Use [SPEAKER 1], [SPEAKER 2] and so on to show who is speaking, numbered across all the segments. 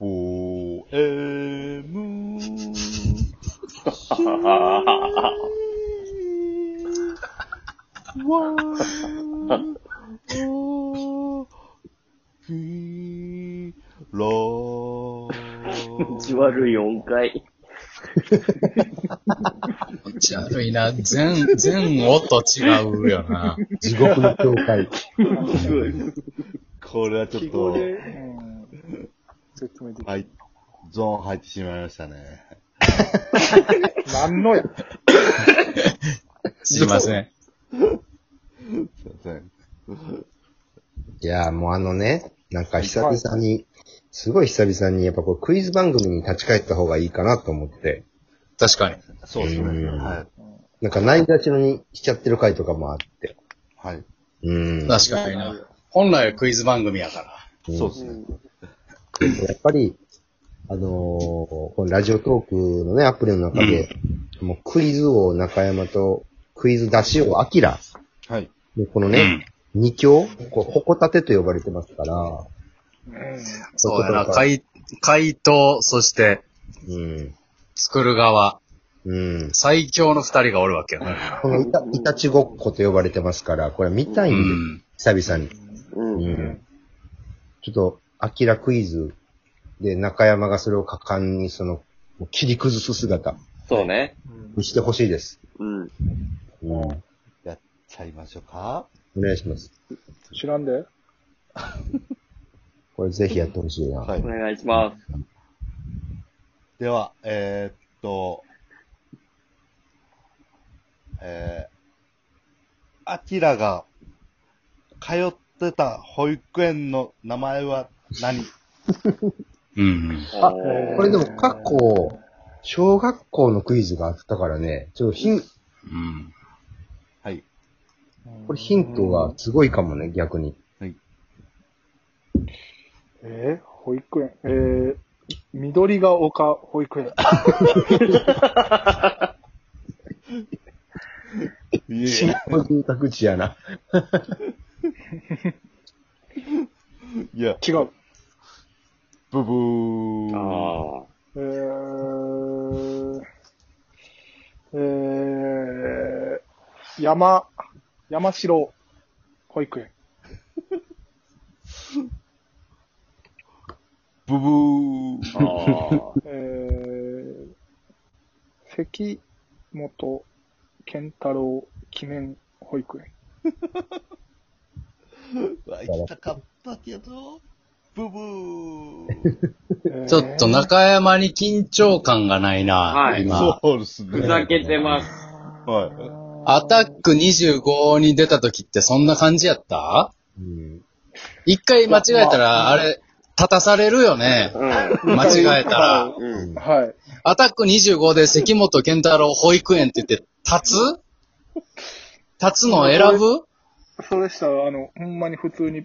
[SPEAKER 1] ポエム
[SPEAKER 2] 気悪い音階。
[SPEAKER 3] 気持ち悪いな。全、全音違うよな。
[SPEAKER 4] 地獄の境界。
[SPEAKER 2] すごい。
[SPEAKER 1] これはちょっ
[SPEAKER 5] 記号
[SPEAKER 1] と、
[SPEAKER 5] で、うん。説明できる。
[SPEAKER 1] はい、ゾーン入ってしまいましたね。
[SPEAKER 5] 何のや。
[SPEAKER 3] すいません。
[SPEAKER 1] すいません。
[SPEAKER 4] いやーもうあのね、なんか久々に、すごい久々にやっぱこうクイズ番組に立ち返った方がいいかなと思って、
[SPEAKER 3] 確かに。
[SPEAKER 1] そうです
[SPEAKER 4] う
[SPEAKER 1] ね。
[SPEAKER 4] ん
[SPEAKER 1] はい。
[SPEAKER 4] なんかないがしろにしちゃってる回とかもあって。
[SPEAKER 1] はい。
[SPEAKER 4] うん。やっ
[SPEAKER 3] 確かにな。本来はクイズ番組やから。
[SPEAKER 1] そうですね。
[SPEAKER 4] ぱり、あのーこのラジオトークのね、アプリの中で、もうクイズ王中山とクイズ出し王アキラ。
[SPEAKER 1] はい。
[SPEAKER 4] もうこのね、二強こう、矛盾と呼ばれてますから、
[SPEAKER 3] そうやな。回、回答、そして、
[SPEAKER 4] うん。
[SPEAKER 3] 作る側、
[SPEAKER 4] うん。
[SPEAKER 3] 最強の二人がおるわけよね。
[SPEAKER 4] このいた、いたちごっこと呼ばれてますから、これ見たい
[SPEAKER 3] うん
[SPEAKER 4] で、
[SPEAKER 3] ん。
[SPEAKER 4] 久々に。
[SPEAKER 2] うん。う
[SPEAKER 4] う
[SPEAKER 2] ん
[SPEAKER 4] ん。ちょっと、アキラクイズで中山がそれを果敢にその、もう切り崩す姿
[SPEAKER 2] そうね。
[SPEAKER 4] にしてほしいです。
[SPEAKER 2] うん。
[SPEAKER 4] うん。お
[SPEAKER 1] やっちゃいましょうか。
[SPEAKER 4] 願いします。
[SPEAKER 5] 知らんで。
[SPEAKER 4] これぜひやってほしいな。
[SPEAKER 1] は
[SPEAKER 2] お
[SPEAKER 1] い。
[SPEAKER 2] 願いします。
[SPEAKER 1] では、えー、っと、えー、アキラが通ってた保育園の名前は何
[SPEAKER 3] うん。
[SPEAKER 4] あ
[SPEAKER 2] おー
[SPEAKER 4] これでも過去、小学校のクイズがあったからね、ちょっとヒン、
[SPEAKER 3] うん。
[SPEAKER 1] はい。
[SPEAKER 4] これヒントがすごいかもね、逆に。
[SPEAKER 5] えー保育園。えー、緑が丘保育園。
[SPEAKER 1] い
[SPEAKER 4] 新興住宅地やな。
[SPEAKER 1] や、
[SPEAKER 5] 違う。
[SPEAKER 1] ブブー。
[SPEAKER 2] あ
[SPEAKER 5] えー、えー、山、山城保育園。
[SPEAKER 1] ブブー。
[SPEAKER 2] あ。あ
[SPEAKER 5] えー、関本健太郎記念保育園。
[SPEAKER 1] うわ行きたかったけど、ブブー。
[SPEAKER 3] ちょっと中山に緊張感がないな、
[SPEAKER 2] はい
[SPEAKER 3] 今。
[SPEAKER 1] そうです
[SPEAKER 2] ふ
[SPEAKER 1] ね。
[SPEAKER 2] ざけてます。
[SPEAKER 1] は
[SPEAKER 3] アタック25に出た時ってそんな感じやった
[SPEAKER 4] うん。
[SPEAKER 3] 一回間違えたら、あれ、立たされるよね。
[SPEAKER 2] うん。
[SPEAKER 3] 間違えたら。
[SPEAKER 2] うん。
[SPEAKER 5] はい。
[SPEAKER 3] アタック25で関本健太郎保育園って言って、立つ立つのを選ぶ
[SPEAKER 5] それしたら、あの、ほんまに普通に、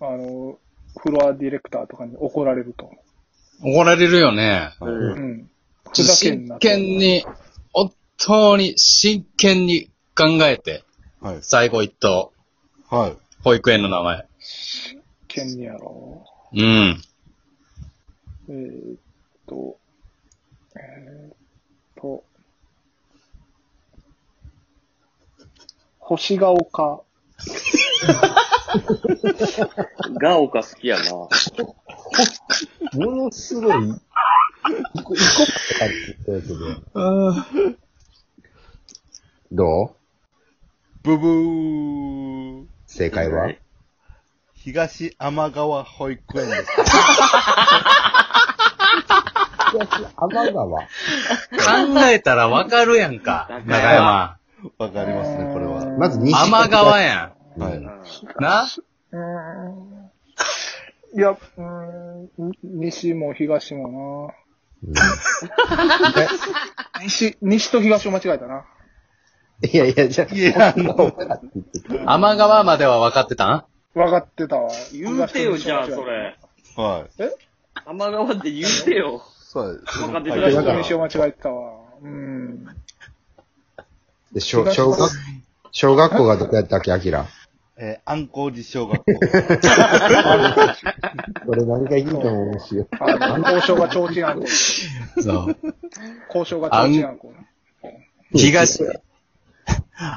[SPEAKER 5] あの、フロアディレクターとかに怒られると。
[SPEAKER 3] 怒られるよね。
[SPEAKER 2] う。
[SPEAKER 5] うんん。
[SPEAKER 3] ちょっと真剣に、本当に真剣に考えて、
[SPEAKER 1] い。はい。
[SPEAKER 3] 最後一等、
[SPEAKER 1] はい。
[SPEAKER 3] 保育園の名前。
[SPEAKER 5] 剣にやろ
[SPEAKER 3] うん。
[SPEAKER 5] う。えー、っと、えー、っと、星が丘。
[SPEAKER 2] ガオカ好きやな。
[SPEAKER 4] ものすごい、行こ行こうって感じだけど。どう
[SPEAKER 1] ブブー。
[SPEAKER 4] 正解は
[SPEAKER 1] 東天川保育園です。
[SPEAKER 4] 天川。
[SPEAKER 3] 考えたらわかるやんか、中山。
[SPEAKER 1] わかりますね、これは。
[SPEAKER 4] まず西
[SPEAKER 3] 天川や
[SPEAKER 4] はい。
[SPEAKER 3] ん。な
[SPEAKER 5] うーん。いや、うーん、西も東も な。西、西と東を間違えたな。
[SPEAKER 4] いやいや、じゃあ、
[SPEAKER 1] いや、あの、
[SPEAKER 3] 天川までは分かってたん
[SPEAKER 5] 分かってたわ。
[SPEAKER 2] 言うてよ、じゃあ、それ。
[SPEAKER 1] はい。
[SPEAKER 2] 天川って言うてよ。
[SPEAKER 1] そうです。
[SPEAKER 2] わかってくだ
[SPEAKER 5] 東
[SPEAKER 2] さい
[SPEAKER 5] と西を間違えてたわ。うん。
[SPEAKER 4] で小小学、小学校がどこやったっけ、アキラ。
[SPEAKER 1] えー、安光寺小学校。
[SPEAKER 4] これ何回聞いても面白い。
[SPEAKER 5] あの、交渉が提灯あんこ。
[SPEAKER 3] そう。
[SPEAKER 5] 交渉が提灯あんこ。
[SPEAKER 3] 東、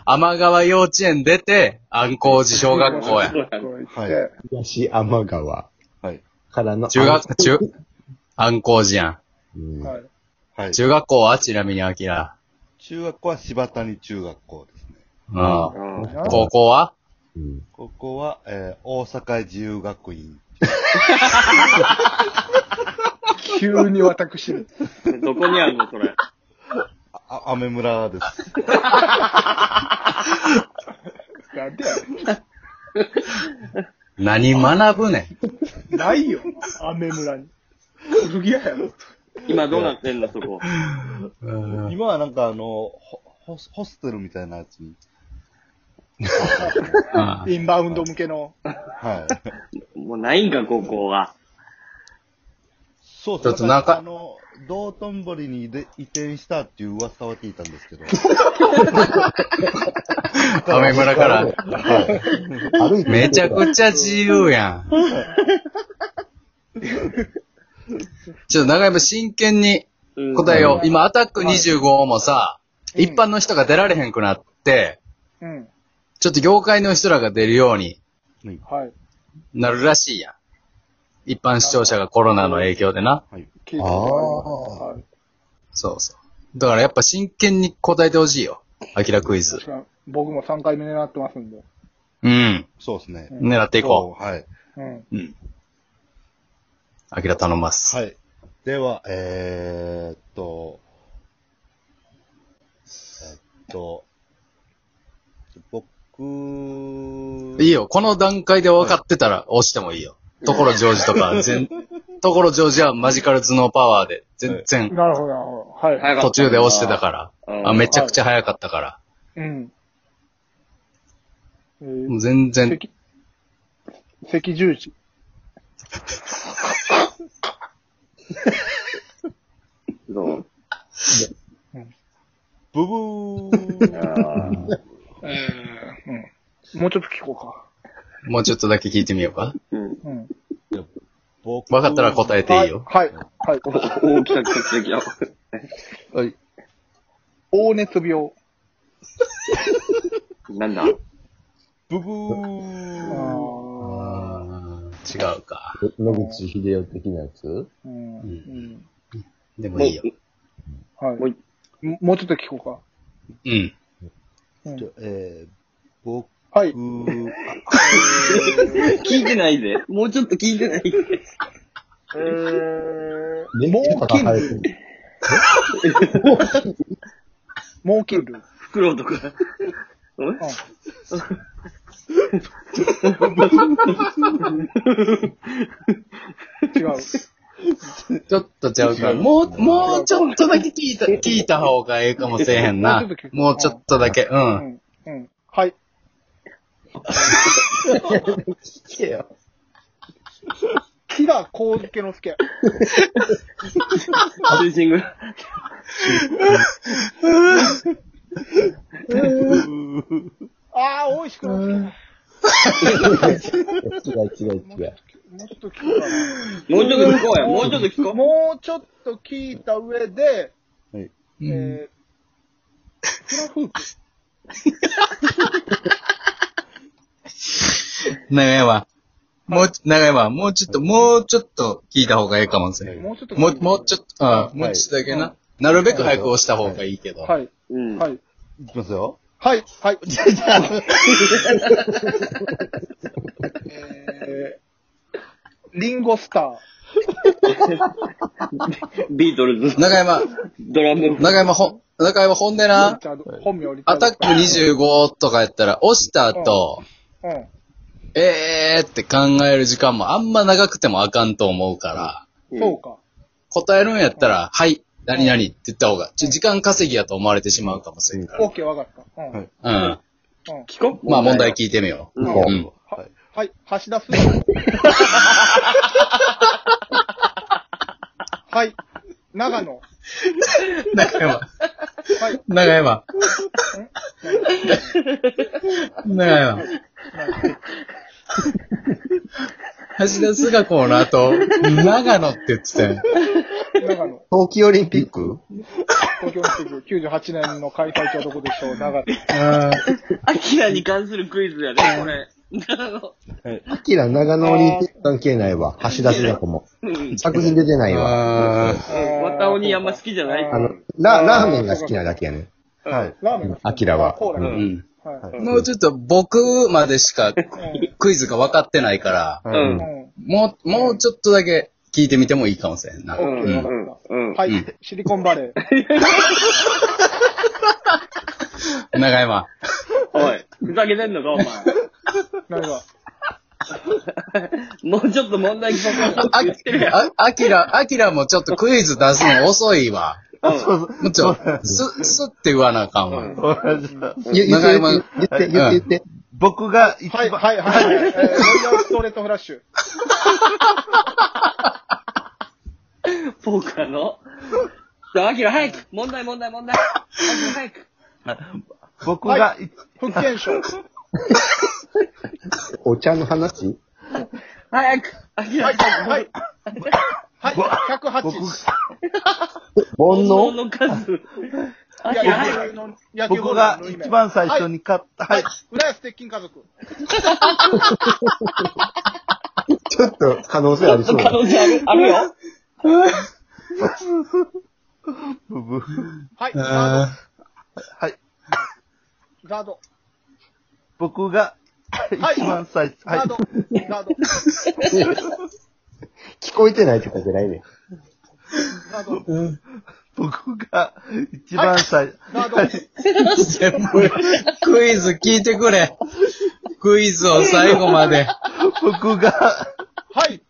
[SPEAKER 3] 天川幼稚園出て、安光寺小学校や。
[SPEAKER 5] 小学校行って
[SPEAKER 1] はい
[SPEAKER 4] 東天川
[SPEAKER 1] はい。
[SPEAKER 4] からの。
[SPEAKER 3] 中学、中、安光寺やん。
[SPEAKER 4] うん
[SPEAKER 5] はい。
[SPEAKER 1] はい。
[SPEAKER 3] 中学校はちなみに、アキラ。
[SPEAKER 1] 中学校は柴谷中学校ですね。
[SPEAKER 3] う
[SPEAKER 2] う
[SPEAKER 3] ん。
[SPEAKER 2] ん。
[SPEAKER 3] 高校は
[SPEAKER 4] うん
[SPEAKER 1] ここは、えー、大阪自由学院。
[SPEAKER 5] 急に私、
[SPEAKER 2] どこにあんのそれ。
[SPEAKER 1] あ、雨村 です。
[SPEAKER 5] なんでやね
[SPEAKER 3] 何学ぶね
[SPEAKER 5] んないよ、雨村に。古着屋やろ。
[SPEAKER 2] 今どうなってんのそこ。
[SPEAKER 3] ん。うん
[SPEAKER 1] 今はなんかあの、ほホスホステルみたいなやつに。
[SPEAKER 3] あ
[SPEAKER 5] インバウンド向けの。
[SPEAKER 1] はい。
[SPEAKER 2] もうないんか、高校は。
[SPEAKER 1] そう
[SPEAKER 3] ちょっとなんか
[SPEAKER 1] あの、道頓堀にで移転したっていう噂は聞いたんです けど。
[SPEAKER 3] 雨村から。
[SPEAKER 4] 歩いて
[SPEAKER 3] めちゃくちゃ自由やん。ちょっと長山真剣に
[SPEAKER 2] うん
[SPEAKER 3] 答えよう。今、アタック25もさ、一般の人が出られへんくなって、
[SPEAKER 5] うん。
[SPEAKER 3] ちょっと業界の人らが出るように
[SPEAKER 5] はい。
[SPEAKER 3] なるらしいやん。一般視聴者がコロナの影響でな。
[SPEAKER 5] 聞いて
[SPEAKER 4] ああ
[SPEAKER 5] はい。
[SPEAKER 3] そうそう。だからやっぱ真剣に答えてほしいよ。アキラクイズ
[SPEAKER 5] 確。かに僕も3回目狙ってますんで。
[SPEAKER 3] うん。
[SPEAKER 1] そうですね。
[SPEAKER 3] 狙っていこ
[SPEAKER 1] う。はい。
[SPEAKER 5] うん。
[SPEAKER 3] う。うん。アキラ頼ます。
[SPEAKER 1] はい。では、えー、っと、えっと、僕、
[SPEAKER 3] いいよ。この段階で分かってたら押してもいいよ。ところジョージとか、全、ところジョージはマジカル頭脳パワーで、全然、
[SPEAKER 5] なるほど、なるほど。はい。
[SPEAKER 2] 早かった
[SPEAKER 3] 途中で押してたか
[SPEAKER 2] うん
[SPEAKER 3] ら。あ、めちゃくちゃ早かったから。
[SPEAKER 5] うん。え
[SPEAKER 3] も
[SPEAKER 5] ー
[SPEAKER 3] う全然、
[SPEAKER 5] 赤、赤十字。
[SPEAKER 2] そう。
[SPEAKER 1] ブブー
[SPEAKER 5] うん。もうちょっと聞こう
[SPEAKER 3] もうちょっとだけ聞いてみようか。
[SPEAKER 2] うん。
[SPEAKER 5] か。うん。
[SPEAKER 1] 僕
[SPEAKER 3] 分かったら答えていいよ。
[SPEAKER 5] はい。はい。はい
[SPEAKER 2] 大きな奇跡よ。
[SPEAKER 1] はい。
[SPEAKER 5] 黄熱病。
[SPEAKER 2] なんだ
[SPEAKER 1] ブブー
[SPEAKER 5] ああ。
[SPEAKER 3] あー違うか。
[SPEAKER 4] 野口秀夫的なやつ
[SPEAKER 5] うん。うん。
[SPEAKER 3] でも
[SPEAKER 2] もう
[SPEAKER 3] いいよ。
[SPEAKER 5] はい。
[SPEAKER 2] もう
[SPEAKER 5] ももうちょっと聞こ
[SPEAKER 3] うん。
[SPEAKER 5] うか。うん
[SPEAKER 1] ちょえー、僕、
[SPEAKER 5] はい。
[SPEAKER 2] 聞いてないで。もうちょっと聞いてないで。
[SPEAKER 5] えー、
[SPEAKER 4] めっちゃ高生えてる。
[SPEAKER 5] 猛禽類。
[SPEAKER 2] フクロウとか。うん
[SPEAKER 5] 違 う。
[SPEAKER 3] ちょっとちゃうから。もう、もうちょっとだけ聞いた、聞いた方がええかもしれへんな
[SPEAKER 5] もうちょっと聞。く
[SPEAKER 3] もうちょっとだけ。う。
[SPEAKER 5] うんん。うん。はい。
[SPEAKER 4] 聞けよ。
[SPEAKER 5] 木田光介之助。
[SPEAKER 2] ブーシング。
[SPEAKER 5] ああ、美味しくなって
[SPEAKER 4] 違う違う違う。
[SPEAKER 5] きた。もうちょっと聞こうかな
[SPEAKER 2] もうちょっと聞こうや。もうちょっと聞こう。
[SPEAKER 5] もうちょっと聞いた上で、
[SPEAKER 3] う
[SPEAKER 5] え
[SPEAKER 3] ん
[SPEAKER 5] ー、フラフープ。
[SPEAKER 3] 長山。もうち、長山、もうちょっと、もうちょっと聞いた方がいいかもしれん。
[SPEAKER 5] もうちょっと
[SPEAKER 3] もう、もうちょっと、あもうちょっとだけな。なるべく早く押した方がいいけど。
[SPEAKER 5] はい。
[SPEAKER 2] うん。
[SPEAKER 5] はい。
[SPEAKER 1] いきますよ。
[SPEAKER 5] はい。はい。
[SPEAKER 1] じゃあ、
[SPEAKER 5] えー、リンゴスタ
[SPEAKER 2] ビートルズ。
[SPEAKER 3] 長山、
[SPEAKER 2] ドラム。
[SPEAKER 3] 長山ほ、長山本音
[SPEAKER 5] ー。
[SPEAKER 3] な。
[SPEAKER 5] ちゃんと本名リチャー
[SPEAKER 3] ア
[SPEAKER 5] ド
[SPEAKER 3] タック。25とかやったら、押した後、
[SPEAKER 5] うん。
[SPEAKER 3] えーって考える時間もあんま長くてもあかんと思うから、
[SPEAKER 5] そうか。
[SPEAKER 3] 答えるんやったら、はい、何々って言った方が、ちょ時間稼ぎやと思われてしまうかもしれんか
[SPEAKER 5] オッケー、わかった。うん。
[SPEAKER 1] はい
[SPEAKER 5] うん。
[SPEAKER 3] ら。
[SPEAKER 2] 聞こ
[SPEAKER 3] うん。まあ問題聞いてみよう。
[SPEAKER 2] うん
[SPEAKER 3] うん。
[SPEAKER 1] はい。
[SPEAKER 5] はい、橋田すず。はい、長野。
[SPEAKER 3] 長山。
[SPEAKER 5] は い、
[SPEAKER 3] 長山。長山。橋田壽賀子の後、長野って言ってたやん。
[SPEAKER 5] 長野、
[SPEAKER 4] 冬季オリンピック
[SPEAKER 5] 東京オリンピック98年の開催地はどこでしょう 長野。
[SPEAKER 3] あー
[SPEAKER 2] アキラに関するクイズやね、これ。なるほど
[SPEAKER 4] アキラ長野オリンピック関係ないわ。橋田須子も。
[SPEAKER 2] うん。
[SPEAKER 4] 作品出てないわ。
[SPEAKER 3] あー
[SPEAKER 2] ワタオにあんま好きじゃない
[SPEAKER 5] あ
[SPEAKER 4] あの、ラ、ラーメンが好きなだけやね。
[SPEAKER 1] はい。
[SPEAKER 5] ラーメンが好き
[SPEAKER 4] アキラは
[SPEAKER 5] コーラが
[SPEAKER 3] う
[SPEAKER 5] 好き
[SPEAKER 3] ん。
[SPEAKER 5] はい。
[SPEAKER 3] もうちょっと僕までしかクイズが分かってないか
[SPEAKER 2] う。
[SPEAKER 3] ら、
[SPEAKER 5] うんん。
[SPEAKER 3] もう、もうちょっとだけ聞いてみてもいいかもしれんな。
[SPEAKER 2] う。
[SPEAKER 3] うん。
[SPEAKER 2] うんん。うん。
[SPEAKER 5] はい。シリコンバレー。
[SPEAKER 3] 長山。
[SPEAKER 2] おい、ふざけてんのか、お前。
[SPEAKER 5] 何が
[SPEAKER 2] もうちょっと問題聞こうかって言ってるやん。
[SPEAKER 3] あ、あきら、あきらもちょっとクイズ出すの遅いわ。もうちょ、す、すって言わなあかんわ。
[SPEAKER 1] そうなんですか
[SPEAKER 4] ゆ言って、言って、言って、言って。
[SPEAKER 1] 僕が一
[SPEAKER 5] はい、
[SPEAKER 1] 番、
[SPEAKER 5] はい、はい。えー、ロイヤルストレートフラッシュ。
[SPEAKER 2] ポーカーの。じゃあ、アキラ早く問題問題問題アキラ早く
[SPEAKER 1] 僕が一、
[SPEAKER 5] 福建省。
[SPEAKER 4] お茶の話
[SPEAKER 2] 早くアキラ
[SPEAKER 5] はい、
[SPEAKER 2] 早く
[SPEAKER 5] はい。はい、
[SPEAKER 1] 僕
[SPEAKER 5] 108。
[SPEAKER 4] 煩
[SPEAKER 2] 煩悩
[SPEAKER 4] 悩
[SPEAKER 2] の数。ア
[SPEAKER 5] いや
[SPEAKER 2] キラ早く
[SPEAKER 5] 野球ボ
[SPEAKER 1] 僕
[SPEAKER 5] ー
[SPEAKER 1] が
[SPEAKER 5] ルの
[SPEAKER 1] 一番最初に買った、
[SPEAKER 5] は
[SPEAKER 1] はい
[SPEAKER 5] い。浦安鉄筋家族。
[SPEAKER 4] ちょっと可能性あり そう
[SPEAKER 2] 可
[SPEAKER 4] だ。
[SPEAKER 2] 能性あるあるよ。
[SPEAKER 1] ブブ
[SPEAKER 5] はい。ザー
[SPEAKER 3] あ
[SPEAKER 1] はい。
[SPEAKER 5] ド。ザード。
[SPEAKER 1] 僕が
[SPEAKER 5] はい。
[SPEAKER 1] 一番最初、
[SPEAKER 5] ザー
[SPEAKER 1] は
[SPEAKER 5] ド。ザード。
[SPEAKER 4] 聞こえてないってことじゃないね。
[SPEAKER 5] ザード。
[SPEAKER 1] い。僕が一番最初、
[SPEAKER 5] ザード。
[SPEAKER 3] ーもうクイズ聞いてくれ。クイズを最後まで。
[SPEAKER 1] 僕が、
[SPEAKER 5] はい。